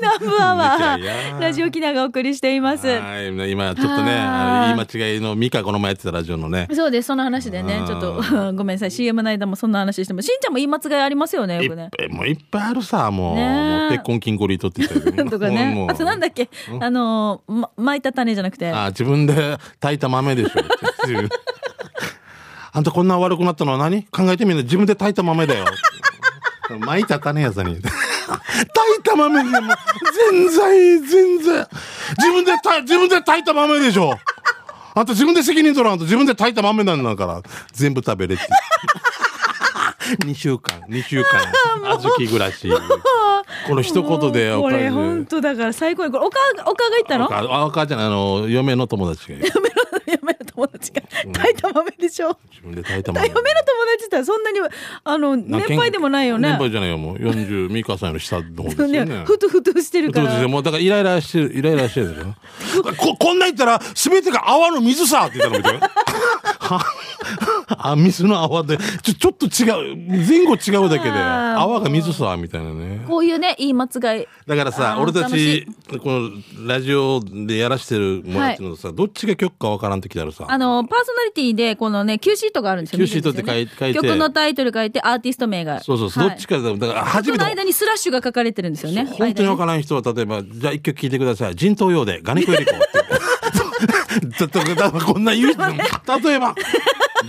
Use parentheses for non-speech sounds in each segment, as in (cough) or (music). ナンバーいやいやはラジオキナがお送りしています。はい今ちょっとねはあいの言い間違いのミカこの前やってたラジオのねそうです、その話でねう、んちょっと (laughs) ごめんなさい、CM の間もそんな話しても、しんちゃんも言い間違いありますよね、いよくっね。ぱいもういっぱいあるさもう,、ねえもう結婚金庫リ取って言ったけど (laughs) とかねも、うあとなんだっけ、あのー、ま、巻いた種じゃなくて、あ自分で (laughs) 炊いた豆でしょ自分あんたこんな悪くなったのは何考えてみる自分で炊いた豆だよ (laughs) 巻いた種やさに (laughs) 炊いた豆でも全然全然自分で炊自分で炊いた豆でしょあんた自分で責任取らんと自分で炊いた豆なんだから全部食べれって (laughs) 2週間2週 (laughs) 間小豆暮らしこの一言でもうこれお母さん本当だから最高にこれおかおかが言ったのお母あお母ちゃんあの嫁の友達がいる嫁の友達が炊いた豆でしょ、自分で炊いた嫁 (laughs) 豆の友達ってそんなにあのなんか年配でもないよね年配じゃないよ、もう。40、ミカさんより下の方 (laughs) ですよね。ねふとふとしてるか (laughs) そうですらよもうだからイライラしてる、イライラしてるでしょこ、こんなん言ったら、すべてが泡の水さって言ったの (laughs) 見て。は (laughs) あ、水の泡で、ちょ、ちょっと違う、前後違うだけで、あー泡が水さみたいなね。こういうね言い間違いだからあさ、ー俺た楽しち、このラジオでやらしてるもらってるのさ、どっちが曲かわからんってきたらさ、あのパーソナリティでこのね Q シートがあるんですよ Q シートって書い見てみて書いて曲のタイトル書いてアーティスト名がそうそう、はいどっちかだ、だから初そめのて、間にスラッシュが書かれてるんですよね本当にわ間からん人は例えばじゃあ一曲聞いてください人頭用でガネコエリコって (laughs) ちょっとだからこんな言う人例えば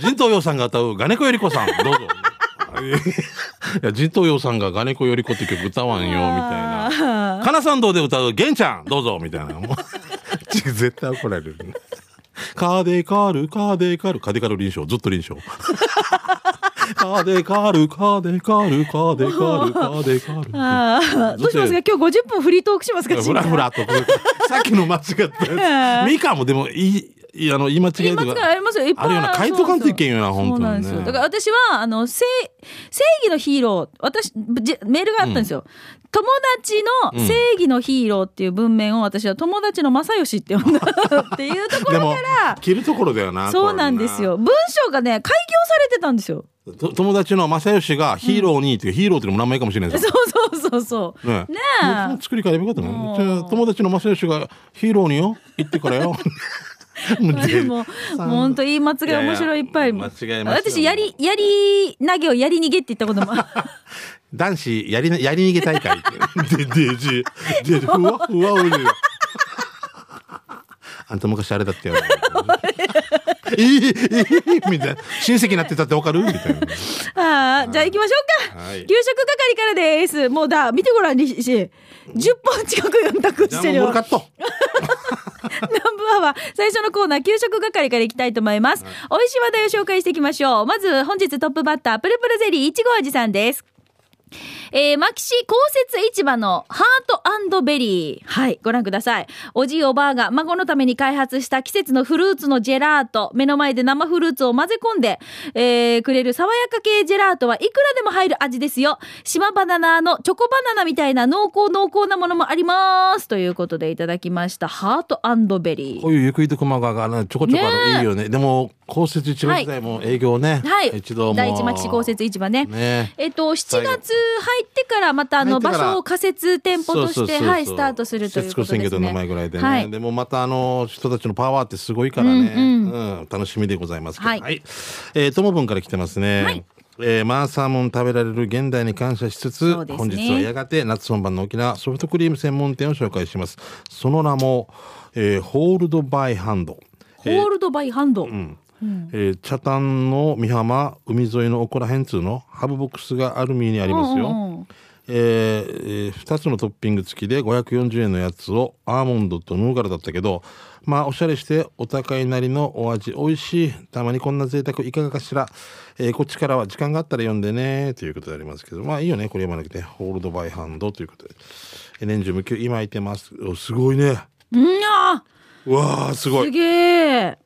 人頭用さんが歌うガネコエリコさんどうぞいや人頭用さんがガネコよりコって曲歌わんよみたいななかなさん堂で歌うゲンちゃんどうぞみたいなもうち絶対怒られるカデカールカデカールカデカール臨床ずっと臨床カデカールカデカールカデカールカデカールああどうしますか今日50分フリートークしますかふらふらと。さっきの間違ったやつ。ミカもでも、いいいや、あの、言い間違言いい間と違いか。ありますよ。いっぱいあるよな。回答官っていけんよな、そ本うなん当ですよ。にだからね。私は、あの、正、正義のヒーロー、私、じメールがあったんですよ。友達の正義のヒーローっていう文面を私は友達の正義って呼んだっていうとこでろもか、切るところだよな。ら、そうなんですよ。文章がね、開業されてたんですよ。これな。と友達の正義がヒーローにっていう、ヒーローっていうのも名前かもしれなそいうですよ。そうそうそう。ねねええ。もうその作り変えればよかったうねん。じゃあ友達の正義がヒーローによ、行ってか (laughs) らよ。もうでも、さん本当言い間違い面白いいっぱい。いやいや間違いますよ私、やり、やり投げをやり逃げって言った (laughs) ことも。男子やりな、やり逃げ大会。で、デジ、デジ、ふわふわおじ。あんた昔あれだったよ。いい、いい、みたいな。親戚になってたってわかるみたいあな。あ、じゃあ行きましょうか。はい給食係からです。もうだ、見てごらん、西。10本近く4択じゃしあてもるよ。うボールカナンット。バーは最初のコーナー、給食係から行きたいと思います。美味しい話題を紹介していきましょう。まず、本日トップバッター、プルプルゼリー、いちご味さんです。えー、マキシ公設市場のハートベリー。はい、ご覧ください。おじいおばあが孫のために開発した季節のフルーツのジェラート。目の前で生フルーツを混ぜ込んで、えーくれる爽やか系ジェラートはいくらでも入る味ですよ。島バナナのチョコバナナみたいな濃厚濃厚なものもあります。ということでいただきました。ハートベリこー。ういうゆくゆくまががちょこちょこあねえるいいよね。でも、公設一番時代も営業ね。はい。一度も。第一マキシ公設市場ね。ねえっと、7月入ってからまたあの入って場から所を仮設店舗とそうしそうて、そうはい、スタートするということですね。節子選挙と名前ぐらいでね、はいでもまたあの人たちのパワーってすごいからね、ううんん楽しみでございますけどははいい、えーともぶんから来てますね、はいえーマーサーモン食べられる現代に感謝しつつ、そうです本ね日はやがて夏本番の沖縄ソフトクリーム専門店を紹介しますその名も、えーホールドバイハンドホールドバイハンド。えー北谷の美浜海沿いのおこら辺通のハブボックスがアルミにありますよ、うんうんうんえーえー2つのトッピング付きで540円のやつをアーモンドとヌーガラだったけどまあおしゃれしてお高いなりのお味美味しいたまにこんな贅沢いかがかしら、えーこっちからは時間があったら読んでねということでありますけどまあいいよねこれ読まなくてホールドバイハンドということでえー年中無休今空いてますおすごいねうんやうわあすごすいげえ。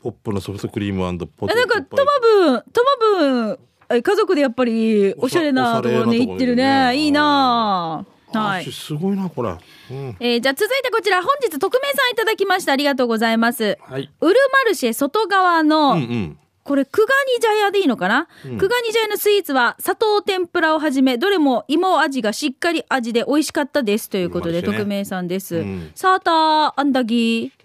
ポップのソフトクリームポテえトなんか、トマブン、トマブン、え家族でやっぱり、おしゃれなところおしゃれなところね、にね行ってるね。いいなあはあい。すごいなこれ、うん、えーじゃあ続いてこちら、本日、匿名さんいただきました。ありがとうございます。はいウルマルシェ外側うんうのんこれ、クガニジャヤでいいのかな、クガニジャヤのスイーツは、砂糖天ぷらをはじめ、どれも芋味がしっかり味で美味しかったです。ということで、うまいしね匿名さんです。うんサーターアンダギー。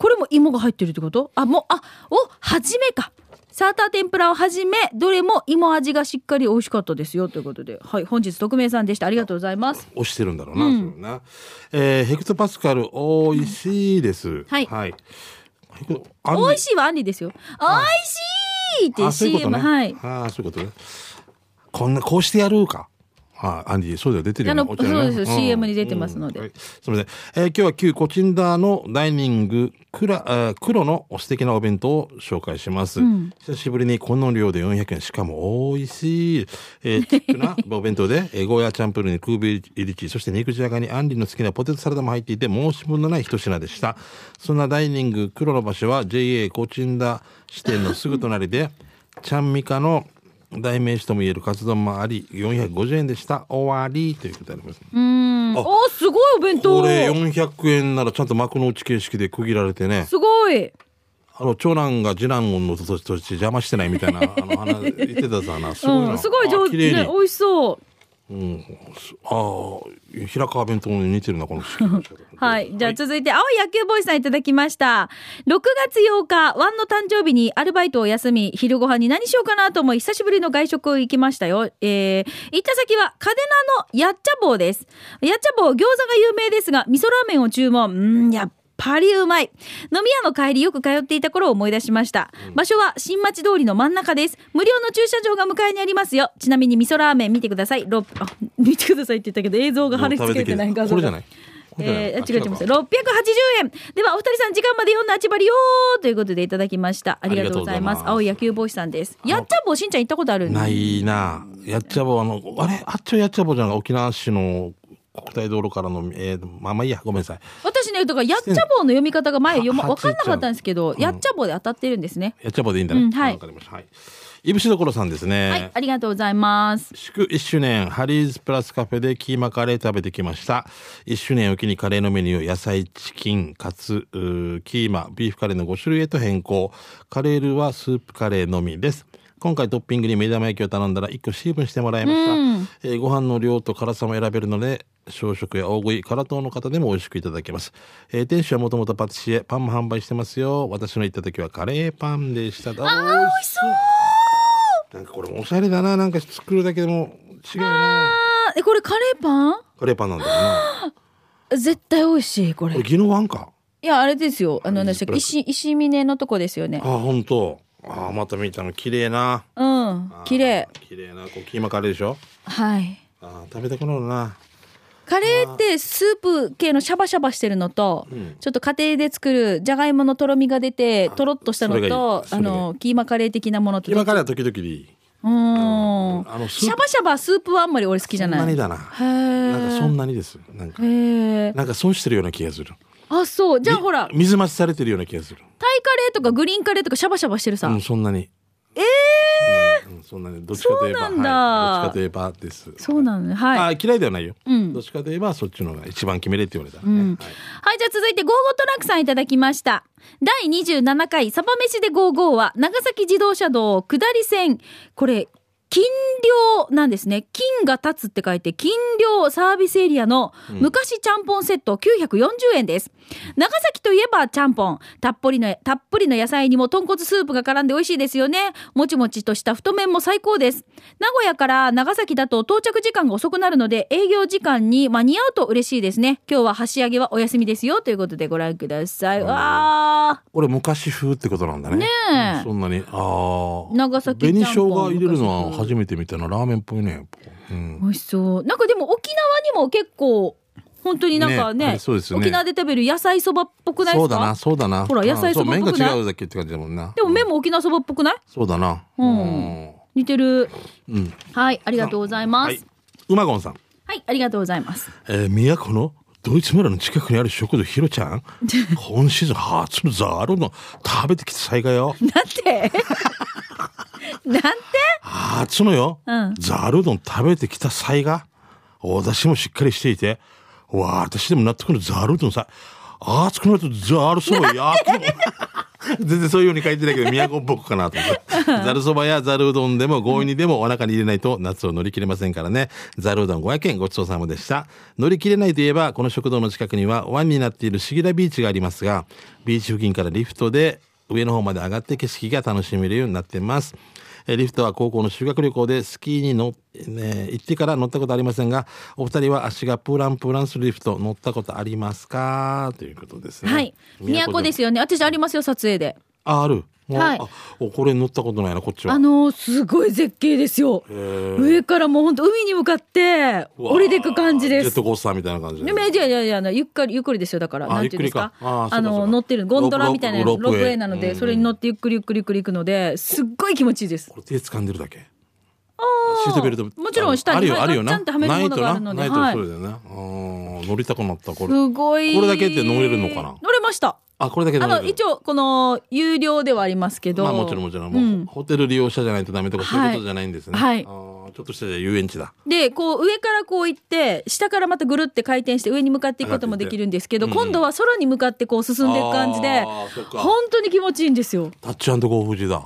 これも芋が入ってるってことあ、もう、あ、お、はじめか。サーター天ぷらをはじめ、どれも芋味がしっかり美味しかったですよ。ということで、はい、本日匿名さんでした。ありがとうございます。押してるんだろうな、それな。えーヘクトパスカル、おいしいです。はいヘクあん美味しいはアンリですよ。美味しいってあ、そういうこと CM、ね。はい。あーそういうことね。こんな、こうしてやるか。あー、アンディ、そうだよ、出てるよねあのお茶ねそうですよん CM に出てますのでうんはいすみません。えー今日は旧コチンダーのダイニング、黒、えー黒のお素敵なお弁当を紹介します。久しぶりにこの量で400円、しかも美味しい。えー、チックなお弁当で、えーゴーヤーチャンプルーにクーベ入りチー、そして肉じゃがにアンディの好きなポテトサラダも入っていて、申し分のない一品でした。そんなダイニング、黒の場所は JA コチンダー支店のすぐ隣で、 (laughs) ちゃんみかの代名詞ともいえるカツ丼もあり450円でした終わりということでありますうん。あ、すごいお弁当こ。れ400円ならちゃんと幕の内形式で区切られてねすごい。あの長男が次男のとして邪魔してないみた (laughs) いなあの話言ってたさなすごいな、うん、すごい上あ綺手、麗ね、に美味しそう。あー平川弁当に似てるなこの式はい。じゃあ続いて、青い野球ボーイさんいただきました。6月8日、ワンの誕生日にアルバイトを休み、昼ご飯に何しようかなと思い、久しぶりの外食を行きましたよ。えー、行った先は、カデナのやっちゃ棒です。やっちゃ棒、餃子が有名ですが、味噌ラーメンを注文。うーん、やっぱりうまい。飲み屋の帰りよく通っていた頃を思い出しました。場所は新町通りの真ん中です。無料の駐車場が向かいにありますよ。ちなみに味噌ラーメン見てください。ろっあ見てくださいって言ったけど、映像が貼り付けてない画像これじがゃないこれじゃないえあー、違う違う違うか680円ではお二人さん時間まで読んだあちばりよーということでいただきましたありがとうございますありがとうご青ざいい野球帽子さんですやっちゃんぼしんちゃん行ったことあるないなやっちゃぼあのあれあっちはやっちゃぼじゃない沖縄市の国体道路からのえー、まあまあいいやごめんなさい私ねだからやっちゃぼの読み方が前読まは分かんなかったんですけど、うんやっちゃぼで当たってるんですねやっちゃぼでいいんだね。うんはいわかりました。はい。いぶしどころさんですね。はいありがとうございます祝1周年、ハリーズプラスカフェでキーマカレー食べてきました。1周年を機にカレーのメニューを野菜、チキン、カツ、うーキーマ、ビーフカレーの5種類へと変更。カレールーはスープカレーのみです。今回トッピングに目玉焼きを頼んだら1個シーブンしてもらいました。えーご飯の量と辛さも選べるので、小食や大食い、辛党の方でも美味しくいただけます。えー店主はもともとパティシエ、パンも販売してますよ。私の行った時はカレーパンでした。あ美味しそうなんかこれもおしゃれだな。なんか作るだけでも違うな。あーえこれカレーパンカレーパンなんだよな。絶対美味しいこれこれ、ギノワンか。いやあれですよあの何でしたっけブラック石石峰のとこですよねあ、ほんと。あー、また見たの。綺麗な。うん綺麗あー。綺麗な。こう、キーマカレーでしょ。はいあー食べたくなるな。カレーってスープ系のシャバシャバしてるのと、んちょっと家庭で作るじゃがいものとろみが出てとろっとしたのそれがいいとそあれがいいのキーマカレー的なものとキーマカレーは時々でいい。うーんあのスープシャバシャバスープはあんまり俺好きじゃそなんいなにへだな。ーなんかそんなにです。なんか、へーなんか損してるような気がする。あそうじゃあほらタイ水増しされてるような気がする。カレーとかグリーンカレーとかシャバシャバしてるさ、うん、そんなに。ええー。そんなに、どっちかといえば。そうなんだはいどっちかといえばです。そうなのねはいあー嫌いではないよ、んどっちかといえばそっちの方が一番決めれって言われた、うんはいはい、じゃあ続いて、ゴーゴートラックさんいただきました。第27回、サバ飯でゴーゴーは、長崎自動車道下り線。これ、金量なんですね。金が立つって書いて、金量サービスエリアの昔ちゃんぽんセット940円です。長崎といえばちゃんぽん。たっぷりの、たっぷりの野菜にも豚骨スープが絡んで美味しいですよね。もちもちとした太麺も最高です。名古屋から長崎だと到着時間が遅くなるので、営業時間に間に合うと嬉しいですね。今日は箸上げはお休みですよ。ということでご覧ください。わこれ昔風ってことなんだねねえそんなにああ長崎ちゃんぽん紅生姜入れるのは初めて見たなラーメンっぽいね、うんー。美味しそう。なんかでも沖縄にも結構、本当になんかねあねりそうですよね沖縄で食べる野菜そばっぽくないでそすうだなかそうだなほら野菜うんそそうばっ麺ぽがくない違うだけって感じだもんなでも麺も沖縄そばっぽくないそうだなうんうん似てる。うんはい、ありがとうございます。はい馬ゴンさんはい、ありがとうございます。 (laughs) えー、宮古のドイツ村の近くにある食堂ひろちゃ (laughs) ん今シーズン初のザールの食べてきた災害よなんてなんて初のよ、うんザル丼食べてきた際がお出汁もしっかりしていてわあ私でも納得のザル丼さ熱くなるとザルそば焼く (laughs) 全然そういうように書いてないけど、都っぽくかなと思って。 (laughs) ざるそばやざるうどんでも強引にでもお腹に入れないと夏を乗り切れませんからね。ざるうどん500円ごちそうさまでした。乗り切れないといえば、この食堂の近くには湾になっているシギラビーチがありますが、ビーチ付近からリフトで上の方まで上がって景色が楽しめるようになってます。えーリフトは高校の修学旅行でスキーに乗っ、ね、行ってから乗ったことありませんが、お二人は足がプランプランするリフト乗ったことありますかということですね。。はい。都ですすよね。私ありますよ、撮影で。あ、ある。もうはいあおこれ乗ったことないな、こっちは。あのーすごい絶景ですよ。上からもう本当海に向かってうわー降りてく感じでジェッすト。コースターみたいな感じででもいやいやいやあのゆっくりゆっくりですよだからあなんていうんですかゆっくりかあーそうかあそうのか乗ってるゴンドラみたいなロロロローーププウウウェイェイなのうんでそれに乗ってゆっくりゆっくりゆっくり行くのですっごい気持ちいいですこ。れ手掴んでるだけ。あシーートベルト。もちろん下あるによ、あるよちな。ゃんとはめるものがあるのなで、いとな、はないいとそ。うだよね。あー乗りたくなった、これ。すごい。これだけで乗れるのかな乗れました。あ、これだけあ乗れのる一応この有料ではありますけど。まあもちろんもちろん、うもうんホテル利用者じゃないとダメとかそういうことじゃないんですね。はいはいあーちょっとしたじゃあ遊園地だ。でこう上からこう行って下からまたぐるって回転して上に向かっていくこともできるんですけど、上がっていって今度は空に向かってこう進んでいく感じであーそっか本当に気持ちいいんですよ。タッチゴーフジだ。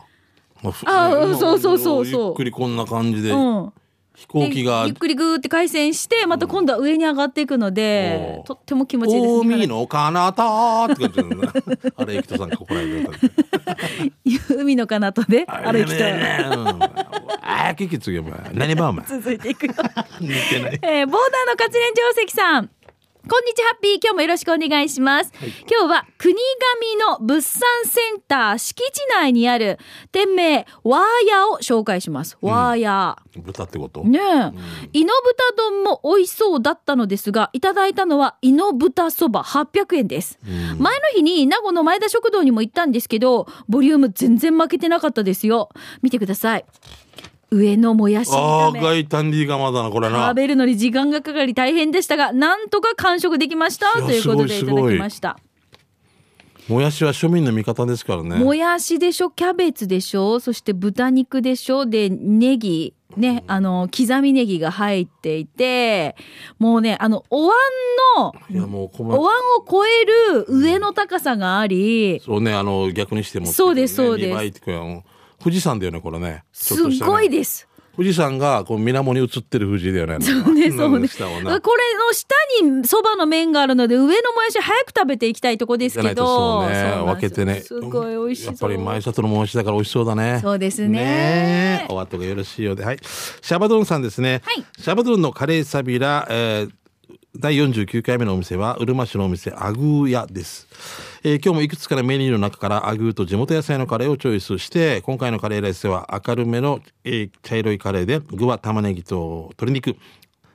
まふあーまそうそうそうそうゆっくりこんな感じで、うん、飛行機がでゆっくりぐーって回線してまた今度は上に上がっていくので、うんとっても気持ちいいです海の彼方って感じだね。あれ、エキトさんがここら辺で歌って。 (laughs) 海の彼方で歩きとああ、聞き継げば。何ばお (laughs) 前。続いてい (laughs) くよ。似てない。えーボーダーの活連定石さん。こんにちはハッピー。今日もよろしくお願いします。今日は国神の物産センター敷地内にある店名、ワーヤを紹介します。ワーヤ豚ってことねえ、猪豚丼も美味しそうだったのですが、いただいたのは猪豚そば800円です。前の日に名護の前田食堂にも行ったんですけど、ボリューム全然負けてなかったですよ。見てください。上のもやし炒ああ、め。ガイタンディガマだな、これな。食べるのに時間がかかり大変でしたが、なんとか完食できましたいやということですいごたいすごだいきました。もやしは庶民の味方ですからね。もやしでしょ、キャベツでしょ、そして豚肉でしょ、で、ネギ、ね、あの、刻みネギが入っていて、もうね、あの、お椀の、いや、もう困おる。椀を超える上の高さがあり、そうね、あの、逆にしても、そうですそうです二倍ってこれはもう富士山だよね、これね。すちょっとしたねごいです。富士山が、こう、水面に映ってる富士だよね。 (laughs) そうね、そうね。下こをれなの下にそばの麺があるので、上のもやし早く食べていきたいとこですじゃけないど、とそうねそうなん分でけすてねすごい美味しそう。やっぱり前里のもやしだから美味しそうだねそうですねねえお後がよろしいようではいシャバドゥンさんですね、はいシャバドゥンのカレーサビラ、えー第49回目のお店は、うるま市のお店、アグー屋です。えー今日もいくつかのメニューの中から、アグーと地元野菜のカレーをチョイスして、今回のカレーライスでは、明るめの、えー茶色いカレーで、具は玉ねぎと鶏肉、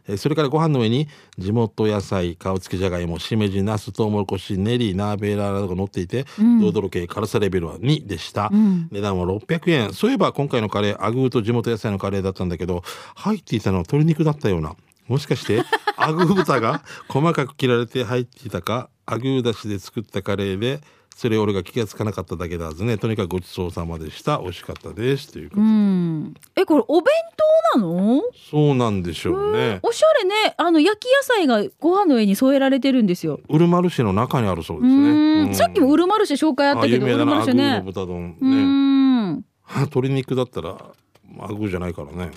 えーそれからご飯の上に地元野菜顔付きじゃがいもしめじなすとうもろこしねりナーベーラーなどが乗っていて、ドロドロ系辛さレベルは2でした、値段は600円そういえば今回のカレーアグーと地元野菜のカレーだったんだけど入っていたのは鶏肉だったようなもしかして (laughs) アグー豚が細かく切られて入っていたかアグーだしで作ったカレーでそれ俺が気がつかなかっただけだずねとにかくごちそうさまでした美味しかったですということ、うん。え、これお弁当なのそうなんでしょうねおしゃれね。あの、焼き野菜がご飯の上に添えられてるんですよ。ウルマルシェの中にあるそうでうすねん,、うんさっきもウルマルシェ紹介あったけど、有ウ名ルだなマルシェアグね。ーの豚丼うね。ん。鶏肉だったら、まあアグーじゃないからね。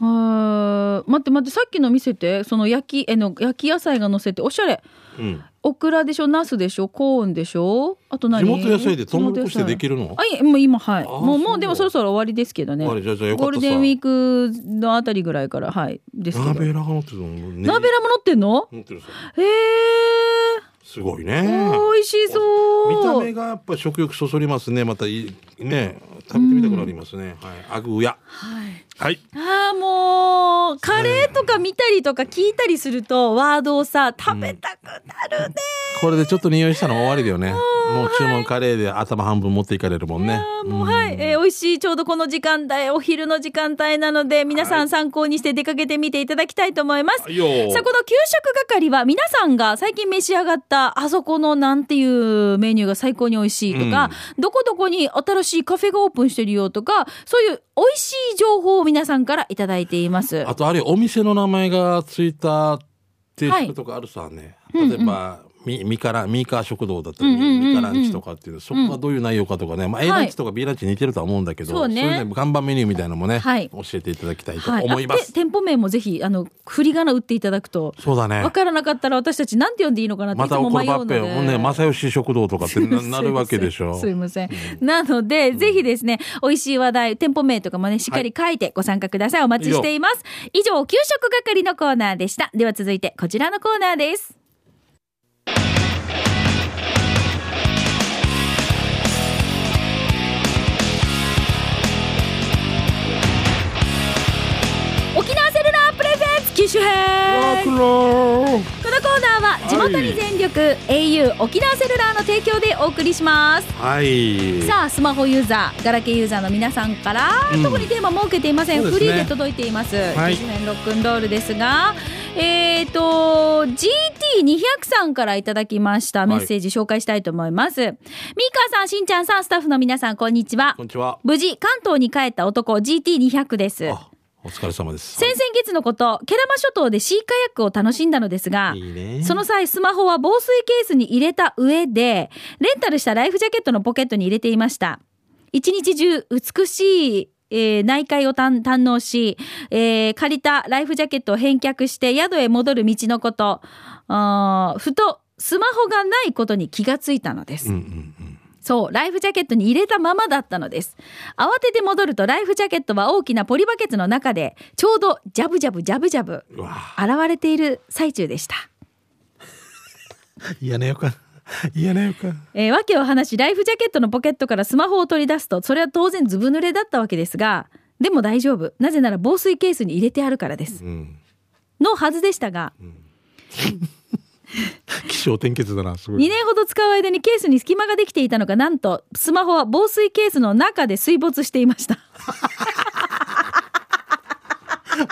はー待って待って、さっきの見せて、その焼き、えの、焼き野菜が乗せて、おしゃれ。うん。オクラでしょ、ナスでしょ、コーンでしょ、あと地何元野菜でトウモロコシででるきるのあ、いえ、もう今、はい。あもう、そもうう、でもそろそろ終わりですけどね。あれ、じゃあじゃあよかゴっーたルさ。デンウィークのあたりぐらいから、はい。ですけど。ナベラが乗ってるの。ねナベラも乗ってんの乗ってるさ。へえ。すごいね。おー美味しそう。見た目がやっぱ食欲そそりますね。またいいね、食べてみたくなりますね。はい。アグーや。はい。はい。ああもうカレーとか見たりとか聞いたりするとワードをさ食べたくなるね。これでちょっと匂いしたの終わりだよね。もう注文カレーで頭半分持っていかれるもんね。あーもうはい、えー美味しいちょうどこの時間帯お昼の時間帯なので皆さん参考にして出かけてみていただきたいと思います。はいよーさあこの給食係は皆さんが最近召し上がったあそこのなんていうメニューが最高に美味しいとか、どこどこに新しいカフェがオープンしてるよとかそういう美味しい情報を皆さんからいただいています。あとあれお店の名前がついた定食とかあるさね、はい例えば、みみからみか食堂だったり、うんうんうんうんみからんちとかっていうそこはどういう内容かとかね、まあ、A ランチとか B ランチ似てるとは思うんだけど、そうねい看板メニューみたいなのもね、はい教えていただきたいとはい、思います、あて店舗名もぜひあの振り仮名打っていただくとそうだねわからなかったら私たちなんて呼んでいいのかなってまいつたも怒迷るうばのっでぺよもうね正義食堂とかってななるわけでしょすいません。なので、ぜひですね、美味しい話題、店舗名とかもね、しっかり書いてご参加ください。お待ちしています。以上、給食係のコーナーでした。では続いて、こちらのコーナーです。沖縄セルラープレゼンツ機種編このコーナーは地元に全力、au 沖縄セルラーの提供でお送りしますはいさあスマホユーザーガラケーユーザーの皆さんから、うん特にテーマ設けていません、そうでフすねリーで届いています「はい地面ロックンロール」ですがえー、と GT200 さんからいただきましたメッセージ紹介したいと思います、ミーカーさんしんちゃんさんスタッフの皆さんこんにちはこんにちは無事関東に帰った男 GT200 ですあお疲れ様です先々月のこと毛玉諸島でシーカヤックを楽しんだのですがいいねその際、スマホは防水ケースに入れた上で、レンタルしたライフジャケットのポケットに入れていました。一日中、美しい、えー内海を堪堪能し、えー借りたライフジャケットを返却して宿へ戻る道のこと、あーふと、スマホがないことに気がついたのですうん。うんうんそう、ライフジャケットに入れたままだったのです。慌てて戻ると、ライフジャケットは大きなポリバケツの中で、ちょうど、ジャブジャブジャブジャブ、うわ現れている最中でした。嫌な予感嫌な予感えー、訳を話しライフジャケットのポケットからスマホを取り出すとそれは当然ずぶ濡れだったわけですがでも大丈夫なぜなら防水ケースに入れてあるからですうんのはずでしたが気象転結だなすご2い年ほど使う間にケースに隙間ができていたのかなんとスマホは防水ケースの中で水没していました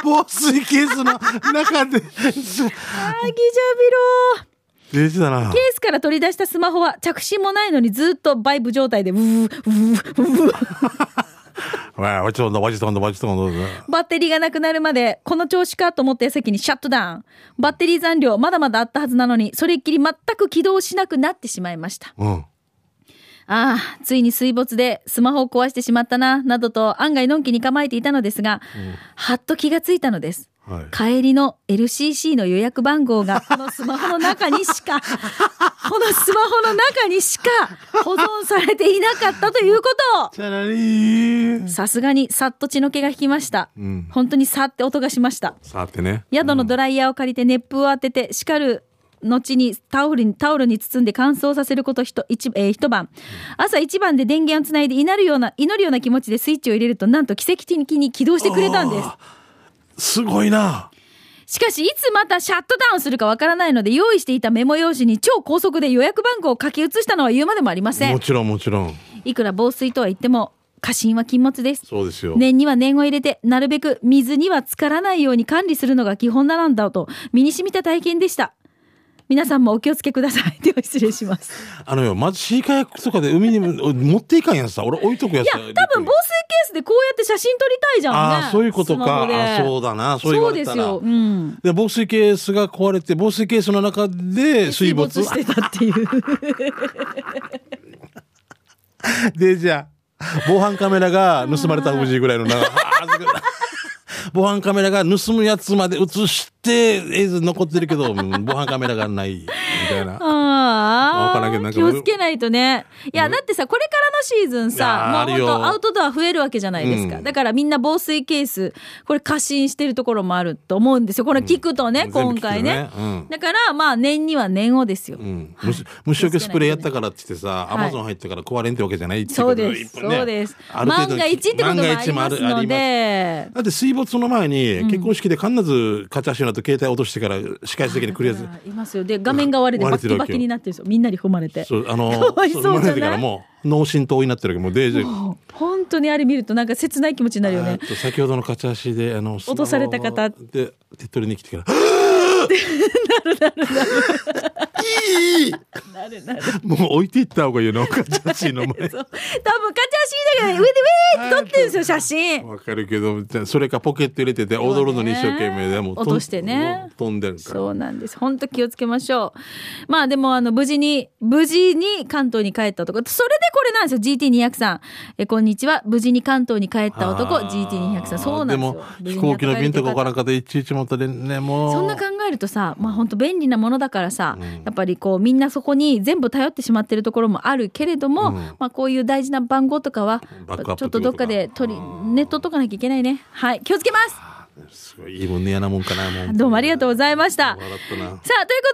防水ケースの中で (laughs) あーギジャビロー大事だなケースから取り出したスマホは着信もないのにずっとバイブ状態でうーうーうーわあわちとんだわちとんだわちとんだわちとんだバッテリーがなくなるまで、この調子かと思った矢先にシャットダウン。バッテリー残量まだまだあったはずなのに、それっきり全く起動しなくなってしまいました。うんああ、ついに水没でスマホを壊してしまったな、などと案外のんきに構えていたのですが、はっと気がついたのです。はい帰りの LCC の予約番号がこのスマホの中にし (laughs) かこのスマホの中にしか保存されていなかったということチャラをリーさすがにさっと血の気が引きました、うん本当にさって音がしましたさてね宿のドライヤーを借りて熱風を当ててしかる後にタオルにタオルに包んで乾燥させることひと一,、えー一晩朝一番で電源をつないで祈るような祈るような気持ちでスイッチを入れるとなんと奇跡的に起動してくれたんですすごいなしかしいつまたシャットダウンするかわからないので用意していたメモ用紙に超高速で予約番号を書き写したのは言うまでもありませもんちろんもちろんいくら防水とは言っても過信は禁物ですそうですよ念には念を入れてなるべく水には浸からないように管理するのが基本なんだと身に染みた体験でした皆さんもお気をつけくださいでは失礼しますあのよまずシーカヤックとかで海にも持っていかんやんさ俺置いとくやいつや多分防水ケースでこうやって写真撮りたいじゃんねああそういうことスマホでかあそうだなそう言そわうれでたすらよ、うん、で防水ケースが壊れて防水ケースの中で水没してたっていう (laughs) でじゃあ防犯カメラが盗まれた藤井ぐらいの (laughs) 長防犯カメラが盗むやつまで映して映像残ってるけどうん防犯カメラがないみたい (laughs) な。わあからんけどなあんか気をつけないとねいやだってさこれからのシーズンさいもやう本当ーあるよアウトドア増えるわけじゃないですか、うんだからみんな防水ケースこれ過信してるところもあると思うんですよこれ聞くとね、今全部聞くと回ねうんだからまあ念には念をですよ。うん虫虫除けスプレーやったからって言ってさ、いアマゾン入ったから壊れんってわけじゃないっていそうことです、一本ねそうです。ある程度万が一ってこともあります万が一もあるあのりますで、だって水没の前に結婚式で必ずカチャシュナと携帯落としてから視界的にクリアずだからいますよ。で、画面が割れて割バれてるッキわバけよキになってるんですよ。みんなに踏まれて。そうあの (laughs) かわいそうじゃないの時からもう脳震盪になってるけどもうデージ本当にあれ見るとなんか切ない気持ちになるよえねー。っと先ほどの勝ち足であの落とされた方で手っ取りに来てから「なるなるなる」いいなるなる。もう置いていった方がいいよな勝ち足の前そ (laughs) う多分カチャしいだけど、上でウェーって撮ってるんですよ、写真。わかるけどそれかポケット入れてて踊るのに一生懸命でもう落としてね飛んでるからそうなんです。本当気をつけましょう。まあでも、あの、無事に、無事に関東に帰った男。それでこれなんですよ、GT200 さん。え、こんにちは。無事に関東に帰った男、あー GT200 さん。そうなんですよ。無で事にも飛行機の便とかお金かでいちいち持ってねもうそんな考えるとさ、まあ本当便利なものだからさ、うんやっぱりこうみんなそこに全部頼ってしまってるところもあるけれども、うんまあこういう大事な番号とかはバックアップちょっとどっかで取りネットとかなきゃいけないね。はい、気をつけます。すごいいいもんね嫌なもんかなもうどうもありがとうございました。笑ったなさあ、というこ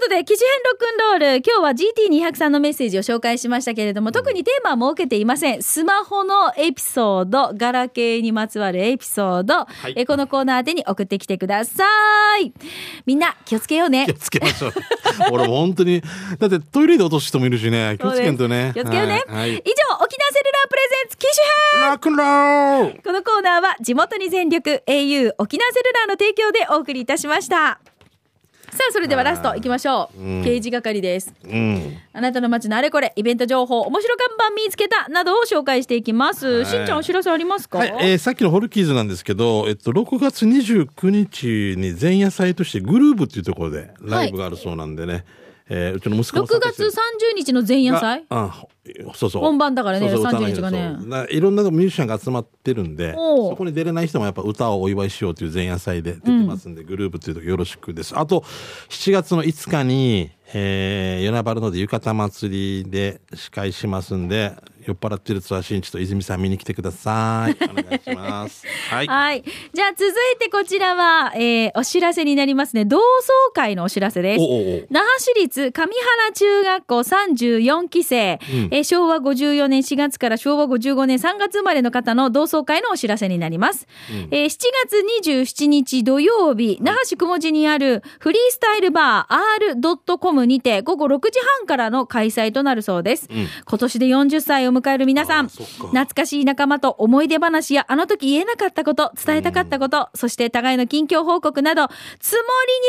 とで、機種編ロックンロール、今日は GT200 さんのメッセージを紹介しましたけれども、特にテーマは設けていません。スマホのエピソード、ガラケーにまつわるエピソード、いえこのコーナー宛てに送ってきてください。みんな、気をつけようね気を。つけましょう (laughs) 俺も本当にだってトイレで落とす人もいるしね気をつけんとね (laughs) 気をつけようね。はい、は以上、い沖縄セルラープレゼンツ、機種編ロックンロールこのコーナーは地元に全力 au 沖縄セルラーの提供でお送りいたしましたさあそれではラストいきましょう、刑事係ですうんあなたの街のあれこれイベント情報面白看板見つけたなどを紹介していきます、いしんちゃんお知らせありますか、はい、えーさっきのホルキーズなんですけど、えっと、6月29日に前夜祭としてグルーブっていうところでライブがあるそうなんでね、えーうちの息子6も参加して月る30日の前夜祭があそうそう本番だからねそうそう31歌わなきゃがねそうだいろんなミュージシャンが集まってるんでおうそこに出れない人もやっぱ歌をお祝いしようという前夜祭で出てますんで、グループというとこよろしくですあと7月の5日に、えー、与那原ので浴衣祭りで司会しますんで酔っ払ってるツアーしんちと泉さん見に来てくだ (laughs) さいお願いしますはいはい。じゃあ続いてこちらは、えーお知らせになりますね。同窓会のお知らせです。おおお那覇市立上原中学校34期生、えー昭和54年4月から昭和55年3月生まれの方の同窓会のお知らせになります。えー7月27日土曜日、那覇市久保寺にあるフリースタイルバー r.com にて午後6時半からの開催となるそうです。今年で40歳を迎える皆さん、あそっか懐かしい仲間と思い出話やあの時言えなかったこと、伝えたかったこと、そして互いの近況報告など、積もり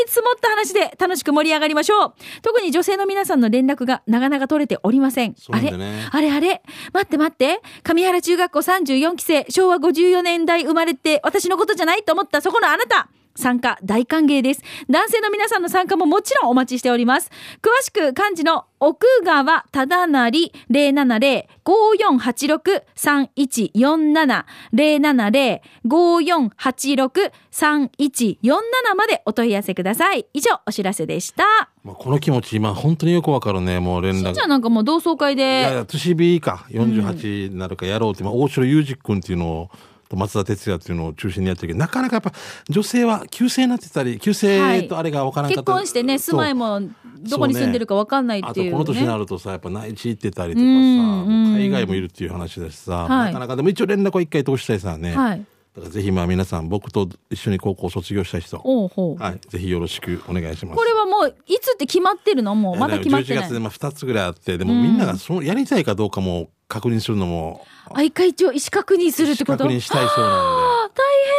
に積もった話で楽しく盛り上がりましょう。特に女性の皆さんの連絡がなかなか取れておりません。そうなんだねあれあれあれ待って待って。上原中学校34期生、昭和54年代生まれって私のことじゃないと思ったそこのあなた参加大歓迎です。男性の皆さんの参加ももちろんお待ちしております。詳しく漢字の奥川忠成070-5486-3147 070-5486-3147までお問い合わせください。以上、お知らせでした。まあ、この気持ち今本当によくわかるねもう連絡じゃあなんかもう同窓会いやいで、や、年日か、48になるかやろうって、まあ、大城裕二君っていうのを、と松田哲也っていうのを中心にやってるけど、なかなかやっぱ、女性は急性になってたり、急性とあれがわからな結かったり、婚してね、そう住まいもどこに住んでるかわかんないあっとていう、ね。この年になるとさやっぱ内地行ってたりとかさうんうん海外もいるっていう話だしさ、はいなかなかでも一応連絡は一回通したいさね、はいだからぜひまあ皆さん僕と一緒に高校卒業した人、おうほうはい、ぜひよろしくお願いします。これはもう、いつって決まってるのもう、まだ決まって11ない月で。まあ2つぐらいあってでもみんながそのやりたいかどうかも確認するのもあ、一回一応、意思確認するってこと確認したいそうなんあ大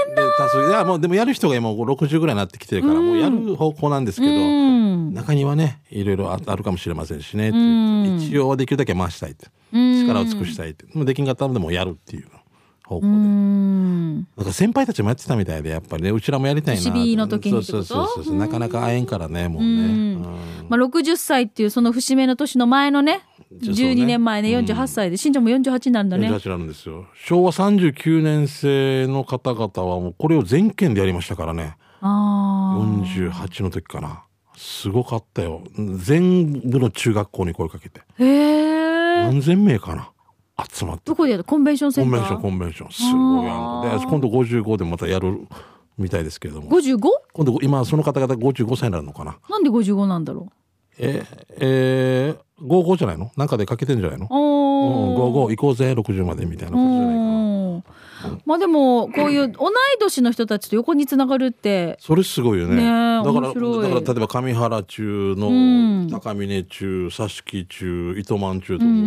で。で多数いやもうでもやる人が今60ぐらいになってきてるから、もうやる方向なんですけど、変うん。中にはねいろいろああるかもしれませんしねっていう一応できるだけ回したいって力を尽くしたいってでもできんかったのでもやるっていう方向でうん。なんか先輩たちもやってたみたいでやっぱりねうちらもやりたいなって年日の時にってそこうとそうそうそうなかなか会えんからねもうねうんまあ、60歳っていう、その節目の年の前のね、そうね12年前ね、48歳で、しんちゃんも48になるんだね。 48なんですよ昭和39年生の方々はもうこれを全県でやりましたからねああ。 48の時かなすごかったよ全部の中学校に声かけてへえ。何千名かな集まってどこでやるコンベンションセコンンターベンションコンベンションすごいやんで今度55でまたやるみたいですけれども 55? 今度今その方々55歳になるのかななんで55なんだろええー、55じゃないのなんかでかけてんじゃないのう。お五ー。五行こうぜ60までみたいなことじゃないかなうんまあでもこういう同い年の人たちと横につながるってそれすごいよねねえだから面白いだから例えば上原中の、ん高峰中佐敷中糸満中うとか、んうんう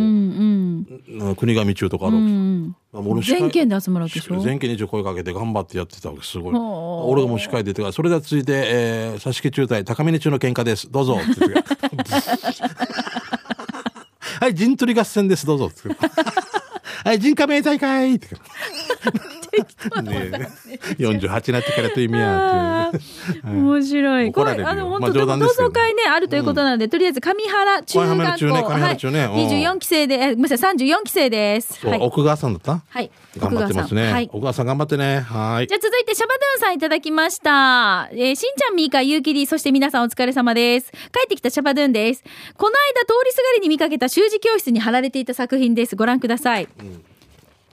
ん国頭中とかあるうわけんまあ俺も司会全県で集まるわけでしょ全県に一応声かけて頑張ってやってたわけすごいほう俺がもう司会出てからそれでは続いて、えー、差し木中隊高峰中の喧嘩ですどうぞ (laughs) って言って (laughs) はい陣取り合戦ですどうぞって言ってははい、人家名大 (laughs) 会って。ねえ48になってからという意味 (laughs) やあ。ー面白い。怒こられれ、るよあの、本まあ当、冗同談ですけど窓会ね、あるということなので、とりあえず、上原中学校。上原中ね上は原い。中ねうん24期生で、えごめんなさい、34期生です。そうはい。奥川さんだったはい。頑張ってます奥川ね。さんはい。奥川さん頑張ってね。はーいじ。ゃあ続いてシャバドゥンさんいただきました。えーしんちゃん、みーか、ゆうきり、そして皆さんお疲れ様です。帰ってきたシャバドゥンです。この間通りすがりに見かけた習字教室に貼られていた作品です。ご覧ください。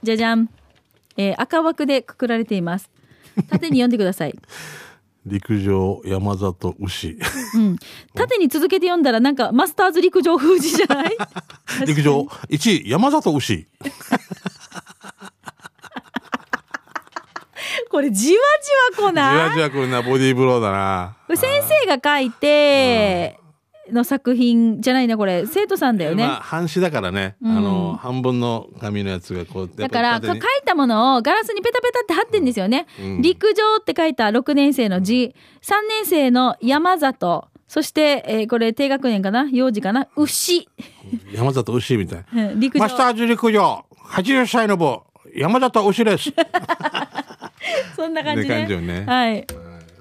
じゃじゃん。えー赤枠でくくられています。縦に読んでください。 (laughs) 陸上山里牛。縦に続けて読んだらなんかマスターズ陸上風字じゃ (laughs) ない陸上1位山里牛。これじわじわこじないわじわくるな、ボディーブローだな。これ先生が書いての作品じゃないなこれ生徒さんだよね、まあ、半紙だからね、あの、半分の紙のやつがこう、だから、やっこぱう書いり縦にたものをガラスにペタペタって貼ってんですよね。陸上って書いた6年生の字、3年生の山里、そして、えーこれ低学年かな幼児かな牛。 (laughs) 山里牛みたいな。うん陸上。マスターズ陸上、80歳の棒、山里牛です。そんな感じってね。感じよねはい。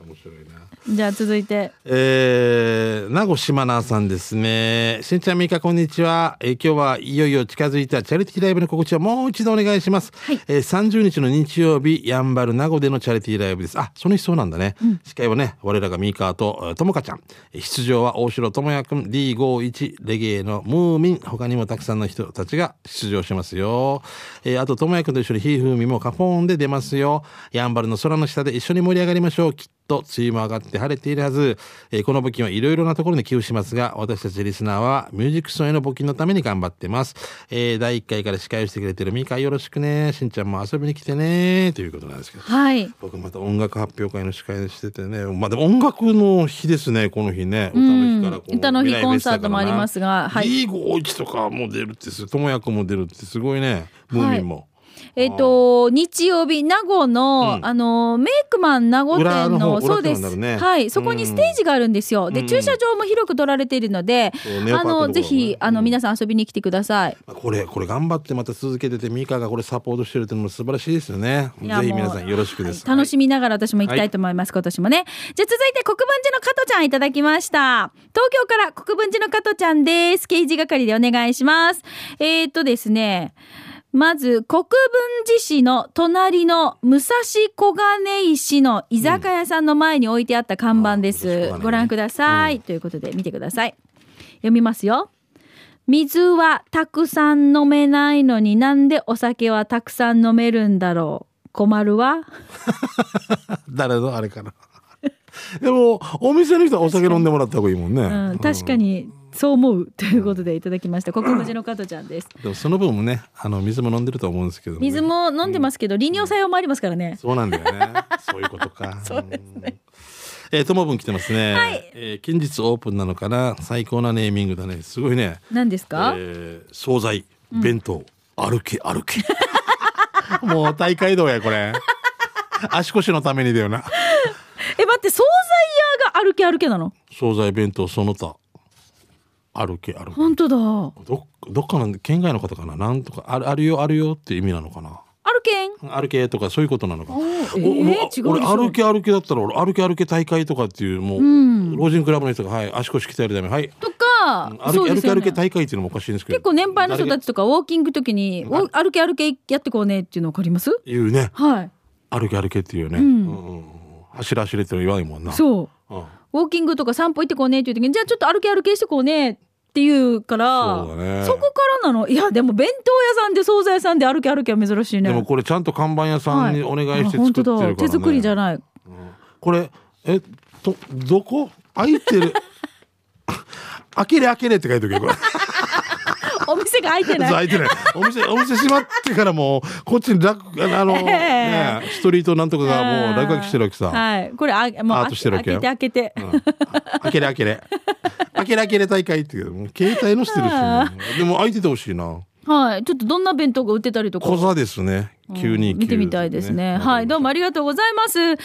面白いな。じゃあ続いて。えー、名護島奈さんですね。しんちゃんみーかこんにちは、えー今日はいよいよ近づいたチャリティーライブの告知をもう一度お願いします。えー30日の日曜日、やんばる名護でのチャリティーライブです。あ、その日そうなんだね。司会はね、我らがミーカーとえーともかちゃん。えー出場は大城智也くん、D51、レゲエのムーミン、他にもたくさんの人たちが出場しますよ。えーあと智也くんと一緒にひーふーみもカポーンで出ますよ。やんばるの空の下で一緒に盛り上がりましょう。きっと梅雨も上がって晴れているはず、えーこの募金はいろいろなところに寄付しますが私たちリスナーはミュージックソンへの募金のために頑張ってます、えー第1回から司会をしてくれてるミカよろしくねしんちゃんも遊びに来てねということなんですけどはい。僕また音楽発表会の司会しててねまあでも音楽の日ですねこの日ね歌の日からこう歌の日未来フェスだからなコンサートもありますがはい D51 とかも出るってす智也君も出るってすごいねムーミンも。えっ、と、日曜日、名護の、あの、メイクマン名護裏店のの、方そうで裏す、手になるねはい、そこにステージがあるんですよ。で、駐車場も広く取られているのでそう、ネオパあークのところの、ねぜひ、あの、皆さん遊びに来てください。これこれ頑張ってまた続けててミカがこれサポートしてるってのも素晴らしいですよねぜいやひもう皆さんよろしくです、楽しみながら私も行きたいと思います、今年もね。じゃあ続いて国分寺の加トちゃんいただきました。東京から国分寺の加トちゃんです。刑事係でお願いします。えー、っとですね。まず、国分寺市の隣の武蔵小金井市の居酒屋さんの前に置いてあった看板です。うんあ武蔵小金井ねご覧ください、ということで見てください。読みますよ。水はたくさん飲めないのになんでお酒はたくさん飲めるんだろう困るわ誰のあれかな (laughs) でもお店の人はお酒飲んでもらった方がいいもんね、うん、確かにそう思うということでいただきました国分寺の加トちゃんですでもその分もねあの水も飲んでると思うんですけど、ね、水も飲んでますけど利尿作用もありますからねそうなんだよ (laughs) ねそういうことかそうですねえー、ともぶん来てますね、えー近日オープンなのかな最高なネーミングだねすごいね何ですか、えー、惣菜弁当、歩け歩け (laughs) もう大会道やこ (laughs) れ足腰のためにだよなえ待って惣菜屋が歩け歩けなの惣菜弁当その他歩け歩け本当だ歩どっどっかの県外の方かななんとかあるあるよあるよって意味なのかなけん歩けとかそういうことなのかなおーえーおもうあ違う俺でしょ歩け歩けだったら俺歩け歩け大会とかっていうもう、老人クラブの人が「はい足腰鍛えるためはいとかそ歩うでけ、歩すけよ歩ねけ大会」っていうのもおかしいんですけど結構年配の人たちとかウォーキング時にお歩け歩けやってこうねっていうの分かります誰が言うねはい歩け歩けっていうね、んうんうんうん走れ走れって言わないもんなそううんウォーキングとか散歩行ってこうねっていう時に、じゃあちょっと歩き歩きしてこうねっていうから、そうだねそこからなの。いや、でも弁当屋さんで惣菜屋さんで歩き歩きは珍しいね。でもこれちゃんと看板屋さんにお願いしてあ作っ本て当るから、ねだ。手作りじゃいない。これえとどこ開いてる (laughs) 開けれ開けれって書いてお (laughs) けこれお店が開いて (laughs) ない。開いてないお店お店閉まってからもうこっちに落あの、ええねえストリートなんとかがもう落書きしてるわけさ、はい。これ、あ、もう開アートけしてる開わけけて開けて。うん開けれ開けれ開けれ開けれ大会っていうけどもう携帯のしてるし、あでも開いててほしいなはい。ちょっとどんな弁当が売ってたりとか。小座ですね929見てみたいですね。はい、どうも。もありがとうございます。さあ、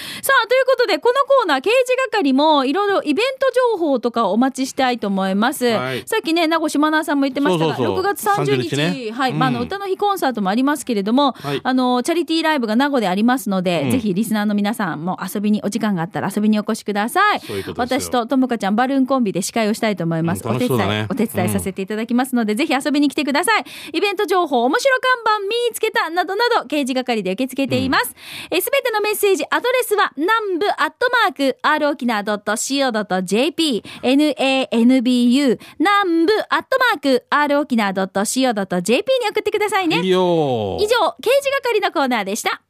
ということで、このコーナー、刑事係も、いろいろイベント情報とかをお待ちしたいと思います。はいさっきね、名越真奈さんも言ってましたが、そうそうそう6月30日、 30日ねはい、まあ、あの、うん歌の日コンサートもありますけれども、はいあの、チャリティーライブが名護でありますので、うんぜひリスナーの皆さんも遊びに、お時間があったら遊びにお越しください。そういうことです私よとともかちゃん、バルーンコンビで司会をしたいと思います。うんお楽手しそ伝うい、だねお手伝いさせていただきますので、ぜひ遊びに来てください。イベント情報、面白看板、見つけた、などなど、掲示係で受け付けています。えすべてのメッセージ、アドレスは、南部アットマーク、r 沖縄 .co.jp、nanbu、南部アットマーク、r 沖縄 .co.jp に送ってくださいね。いい以よ上、掲示係のコーナーでした。